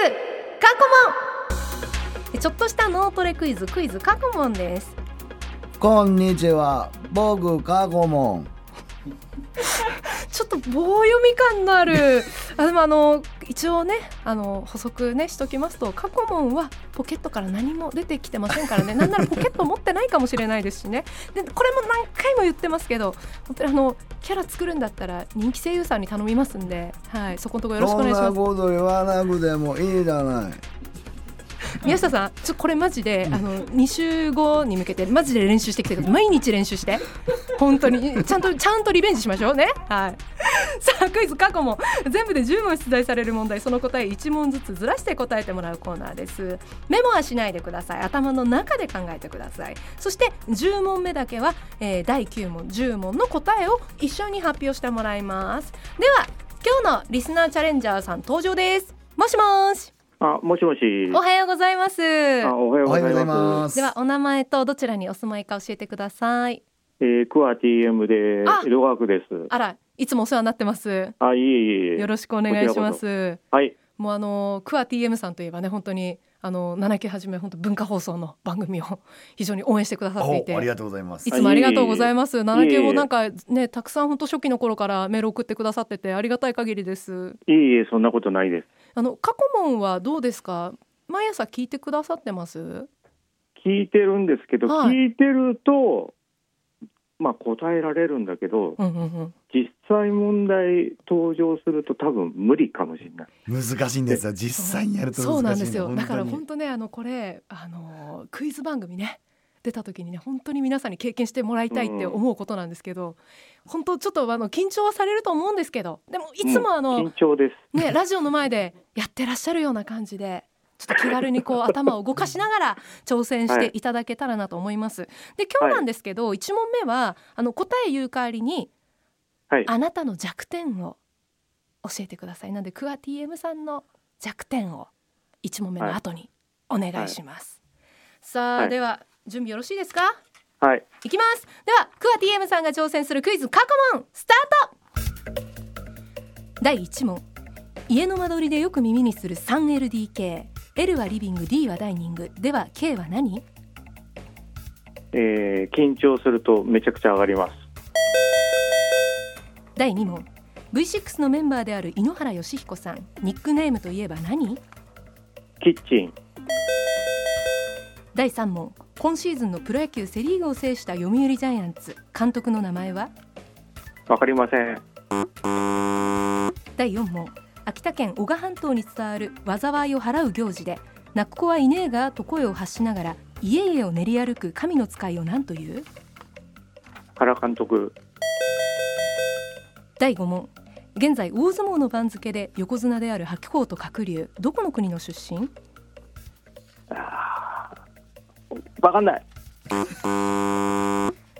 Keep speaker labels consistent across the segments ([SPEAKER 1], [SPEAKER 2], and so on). [SPEAKER 1] 過去問ちょっとした脳トレクイズクイズ過去問です
[SPEAKER 2] こんにちは僕カゴモン
[SPEAKER 1] ちょっと棒読み感のあるあでもあの一応ねあの補足ねしときますと過去問はポケットから何も出てきてませんからねなんならポケット持ってないかもしれないですしねでこれも何回も言ってますけど本当にあのキャラ作るんだったら人気声優さんに頼みますんで、はい、そこのところよろしくお
[SPEAKER 2] そ
[SPEAKER 1] 願
[SPEAKER 2] ん
[SPEAKER 1] いしま
[SPEAKER 2] な
[SPEAKER 1] す。
[SPEAKER 2] こと言わなくてもいいじゃない
[SPEAKER 1] 宮下さん、ちょこれマジで、あの二週後に向けてマジで練習してきてください。毎日練習して、本当にちゃんとちゃんとリベンジしましょうね。はい。 さあクイズ過去も全部で10問出題される問題、その答え1問ずつずらして答えてもらうコーナーです。メモはしないでください。頭の中で考えてください。そして10問目だけは、えー第9問、10問の答えを一緒に発表してもらいます。では今日のリスナーチャレンジャーさん登場です。もしもし。
[SPEAKER 3] あ、もしもし。
[SPEAKER 1] おはようございます。
[SPEAKER 3] あおはよう
[SPEAKER 2] おは
[SPEAKER 3] ご
[SPEAKER 2] ようご
[SPEAKER 3] ざい
[SPEAKER 2] ざい
[SPEAKER 3] ま。
[SPEAKER 2] ますす
[SPEAKER 1] ではお名前とどちらにお住まいか教えてください。
[SPEAKER 3] えー、クワ TM で
[SPEAKER 1] あ
[SPEAKER 3] 江戸川区です。
[SPEAKER 1] あら、いつもお世話になってます。
[SPEAKER 3] あ、いえいえ。
[SPEAKER 1] よろしくお願いします。
[SPEAKER 3] はい。
[SPEAKER 1] もうあのクア TM さんといえばね本当にあの七木はじめ本当文化放送の番組を 非常に応援してくださってい
[SPEAKER 2] おあ
[SPEAKER 1] て。
[SPEAKER 2] りがとうございます
[SPEAKER 1] いつもありがとうございます。七木
[SPEAKER 3] いえい
[SPEAKER 1] も
[SPEAKER 3] え
[SPEAKER 1] なんかねたくさん本当初期の頃からメール送ってくださっててありがたい限りです。
[SPEAKER 3] いえいえ、そんなことないです。
[SPEAKER 1] あの過去問はどうですか。毎朝聞いてくださってます。
[SPEAKER 3] 聞いてるんですけど、
[SPEAKER 1] はい
[SPEAKER 3] 聞いてると、まあ答えられるんだけど、
[SPEAKER 1] うんうんうん。
[SPEAKER 3] 実際問題登場すると多分無理かもしれない。
[SPEAKER 2] 難しいんですよ実際にやると難しい
[SPEAKER 1] そうなんですよ
[SPEAKER 2] 本当
[SPEAKER 1] だ
[SPEAKER 2] に
[SPEAKER 1] から本当ねあのこれあのクイズ番組ね出た時にね本当に皆さんに経験してもらいたいって思うことなんですけど、本当ちょっとあの緊張はされると思うんですけどでもいつもあの、
[SPEAKER 3] 緊張です。
[SPEAKER 1] ねラジオの前でやってらっしゃるような感じで。ちょっと気軽にこう頭を動かしながら挑戦していただけたらなと思います。で今日なんですけど、一問目はあの答え言う代わりに
[SPEAKER 3] はい。
[SPEAKER 1] あなたの弱点を教えてくださいなんでクア TM さんの弱点を一問目の後にお願いします、さあ、
[SPEAKER 3] はい
[SPEAKER 1] では準備よろしいですか
[SPEAKER 3] はい。
[SPEAKER 1] いきますではクア TM さんが挑戦するクイズ過去問スタート第1問家の間取りでよく耳にする 3LDK L はリビング D はダイニングでは K は何
[SPEAKER 3] えー、緊張するとめちゃくちゃ上がります。
[SPEAKER 1] 第2問 V6 のメンバーである井ノ原快彦さんニックネームといえば何
[SPEAKER 3] キッチン、
[SPEAKER 1] 第3問今シーズンのプロ野球セ・リーグを制した読売ジャイアンツ監督の名前は
[SPEAKER 3] わかりません。
[SPEAKER 1] 第4問秋田県男鹿半島に伝わる災いを払う行事で「泣く子はいねえが」と声を発しながら家々を練り歩く神の使いを何という
[SPEAKER 3] 原監督、
[SPEAKER 1] 第5問現在大相撲の番付で横綱である白鵬と鶴竜どこの国の出身
[SPEAKER 3] わかんない。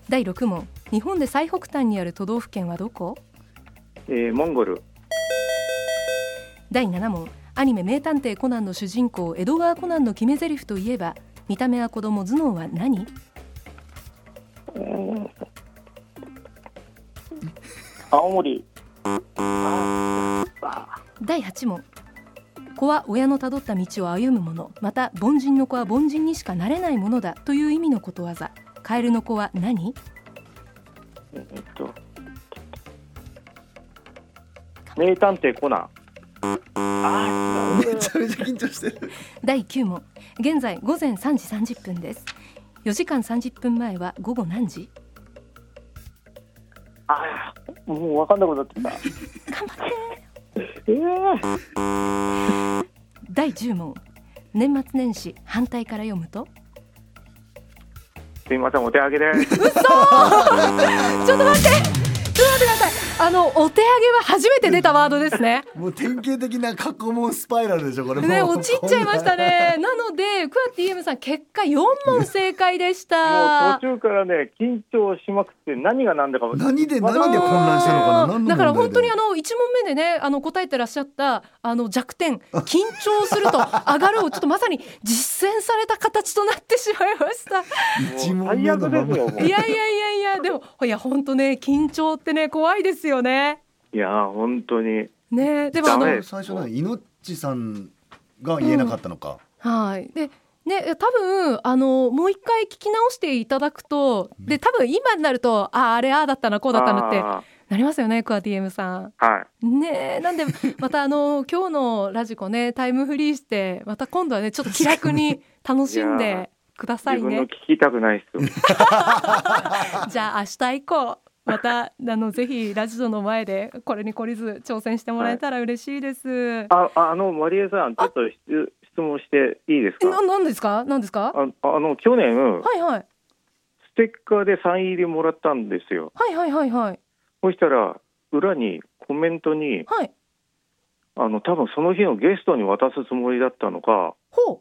[SPEAKER 1] 第6問日本で最北端にある都道府県はどこ
[SPEAKER 3] えー、モンゴル、
[SPEAKER 1] 第7問アニメ「名探偵コナン」の主人公江戸川コナンの決め台詞といえば見た目は子供頭脳は何
[SPEAKER 3] 青森、
[SPEAKER 1] 第8問子は親のたどった道を歩むものまた凡人の子は凡人にしかなれないものだという意味のことわざカエルの子は何
[SPEAKER 3] えっと、名探偵コナン。あ
[SPEAKER 2] めちゃめちゃ緊張してる
[SPEAKER 1] 第9問現在午前3時30分です4時間30分前は午後何時
[SPEAKER 3] あ、あーもうわかんなくなってきた。
[SPEAKER 1] 頑張って
[SPEAKER 3] えー、
[SPEAKER 1] 第10問年末年始反対から読むと
[SPEAKER 3] すいません、お手上げです。
[SPEAKER 1] ちょっと待ってちょっと待ってくださいあのお手上げは初めて出たワードですね
[SPEAKER 2] もう典型的な過去問スパイラルでしょこれもう
[SPEAKER 1] ね、落ちっちゃいました ね。なので、クアティエムさん、結果4問正解でし
[SPEAKER 3] もう
[SPEAKER 1] た。
[SPEAKER 3] 途中からね、緊張しまくって、何が何だか。
[SPEAKER 2] 何で何で
[SPEAKER 3] う
[SPEAKER 2] 混乱したのかな何の問題で
[SPEAKER 1] だから本当にあの1問目でねあの答えてらっしゃったあの弱点緊張す ると上がるをちょっとまさに実践された形となってしまいま した
[SPEAKER 2] 一問目
[SPEAKER 3] 最
[SPEAKER 2] の
[SPEAKER 3] 悪
[SPEAKER 2] ま
[SPEAKER 3] ですよ。
[SPEAKER 2] ま
[SPEAKER 3] もう
[SPEAKER 1] いやいやいやいやでもいや本当ね緊張ってね怖いですよね
[SPEAKER 3] いやー、本当に。
[SPEAKER 1] ねでもあ
[SPEAKER 3] ダ
[SPEAKER 1] の
[SPEAKER 3] メ
[SPEAKER 2] 最初のいのっちさん
[SPEAKER 4] が言えなかったのか、
[SPEAKER 1] はい。で、ね、多分、あの、もう一回聞き直していただくと、で、多分今になると、ああ、あれ、ああだったな、こうだったなって、
[SPEAKER 3] あ
[SPEAKER 1] なりますよね、クア DM さん。
[SPEAKER 3] ーはい。
[SPEAKER 1] ねえ、 なんで、またあの、今日のラジコね、タイムフリーして、また今度はね、ちょっと気楽に楽しん
[SPEAKER 3] いや
[SPEAKER 1] でください
[SPEAKER 3] 自分の
[SPEAKER 1] ね
[SPEAKER 3] 聞。きたくないっすよ。
[SPEAKER 1] じゃあ、明日以降。また、あの、ぜひ、ラジオの前で、これに懲りず、挑戦してもらえたら嬉しいです。
[SPEAKER 3] あ、ああの、マリエさん、ちょっと質質問していいです
[SPEAKER 1] え
[SPEAKER 3] か
[SPEAKER 1] な、なんですかなんですかは
[SPEAKER 3] ああの、去年、
[SPEAKER 1] いはい。
[SPEAKER 3] ステッカーでサイン入りもらったんですよ。
[SPEAKER 1] はいはいはいはい。
[SPEAKER 3] そしたら、裏にコメントに、
[SPEAKER 1] はい。
[SPEAKER 3] あの、多分その日のゲストに渡すつもりだったのか、
[SPEAKER 1] ほう。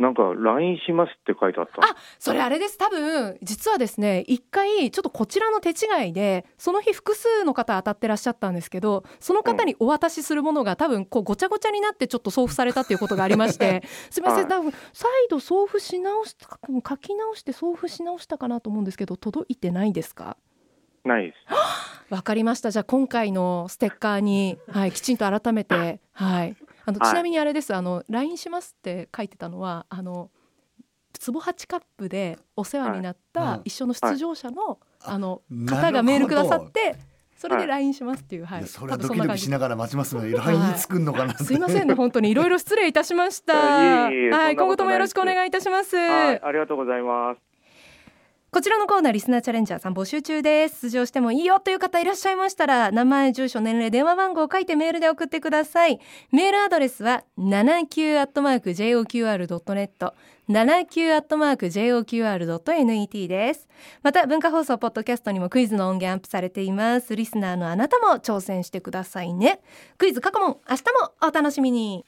[SPEAKER 3] なんか、LINE しますって書いてあった。
[SPEAKER 1] あそれあれです多分実はですね一回ちょっとこちらの手違いでその日複数の方当たってらっしゃったんですけどその方にお渡しするものが多分こうごちゃごちゃになってちょっと送付されたっていうことがありましてすみません
[SPEAKER 3] は
[SPEAKER 1] 多分再度送付し直したか書き直して送付し直したかなと思うんですけど届いてないですか
[SPEAKER 3] ないです。
[SPEAKER 1] わかりましたじゃあ今回のステッカーに、はい、きちんと改めて、はい、あの
[SPEAKER 3] はい
[SPEAKER 1] ちなみにあれですあの LINE しますって書いてたのはあの壺八カップでお世話になっ
[SPEAKER 2] はい
[SPEAKER 1] た
[SPEAKER 2] うん
[SPEAKER 1] 一緒の出場者の,、あの
[SPEAKER 4] なるほど
[SPEAKER 1] 方がメールくださってそれ
[SPEAKER 3] は
[SPEAKER 1] で
[SPEAKER 3] い
[SPEAKER 1] LINE しますっていう、はいい、
[SPEAKER 4] やそれは
[SPEAKER 1] 多
[SPEAKER 4] ド
[SPEAKER 1] 分ん
[SPEAKER 4] キ
[SPEAKER 1] な
[SPEAKER 4] ド
[SPEAKER 1] 感
[SPEAKER 4] キ
[SPEAKER 1] じ
[SPEAKER 4] しながら待ちますので LINE 作んのかなって
[SPEAKER 1] すいませんね本当にいろいろ失礼いたしました
[SPEAKER 3] いえいえ
[SPEAKER 1] はい、
[SPEAKER 3] そ
[SPEAKER 1] 今
[SPEAKER 3] んなこと
[SPEAKER 1] 後ともよろしくお願いいたします。
[SPEAKER 3] はい、ありがとうございます。
[SPEAKER 1] こちらのコーナーリスナーチャレンジャーさん募集中です出場してもいいよという方いらっしゃいましたら名前住所年齢電話番号を書いてメールで送ってくださいメールアドレスは 79-joqr.net 79-joqr.net ですまた文化放送ポッドキャストにもクイズの音源アップされていますリスナーのあなたも挑戦してくださいねクイズ過去問明日もお楽しみに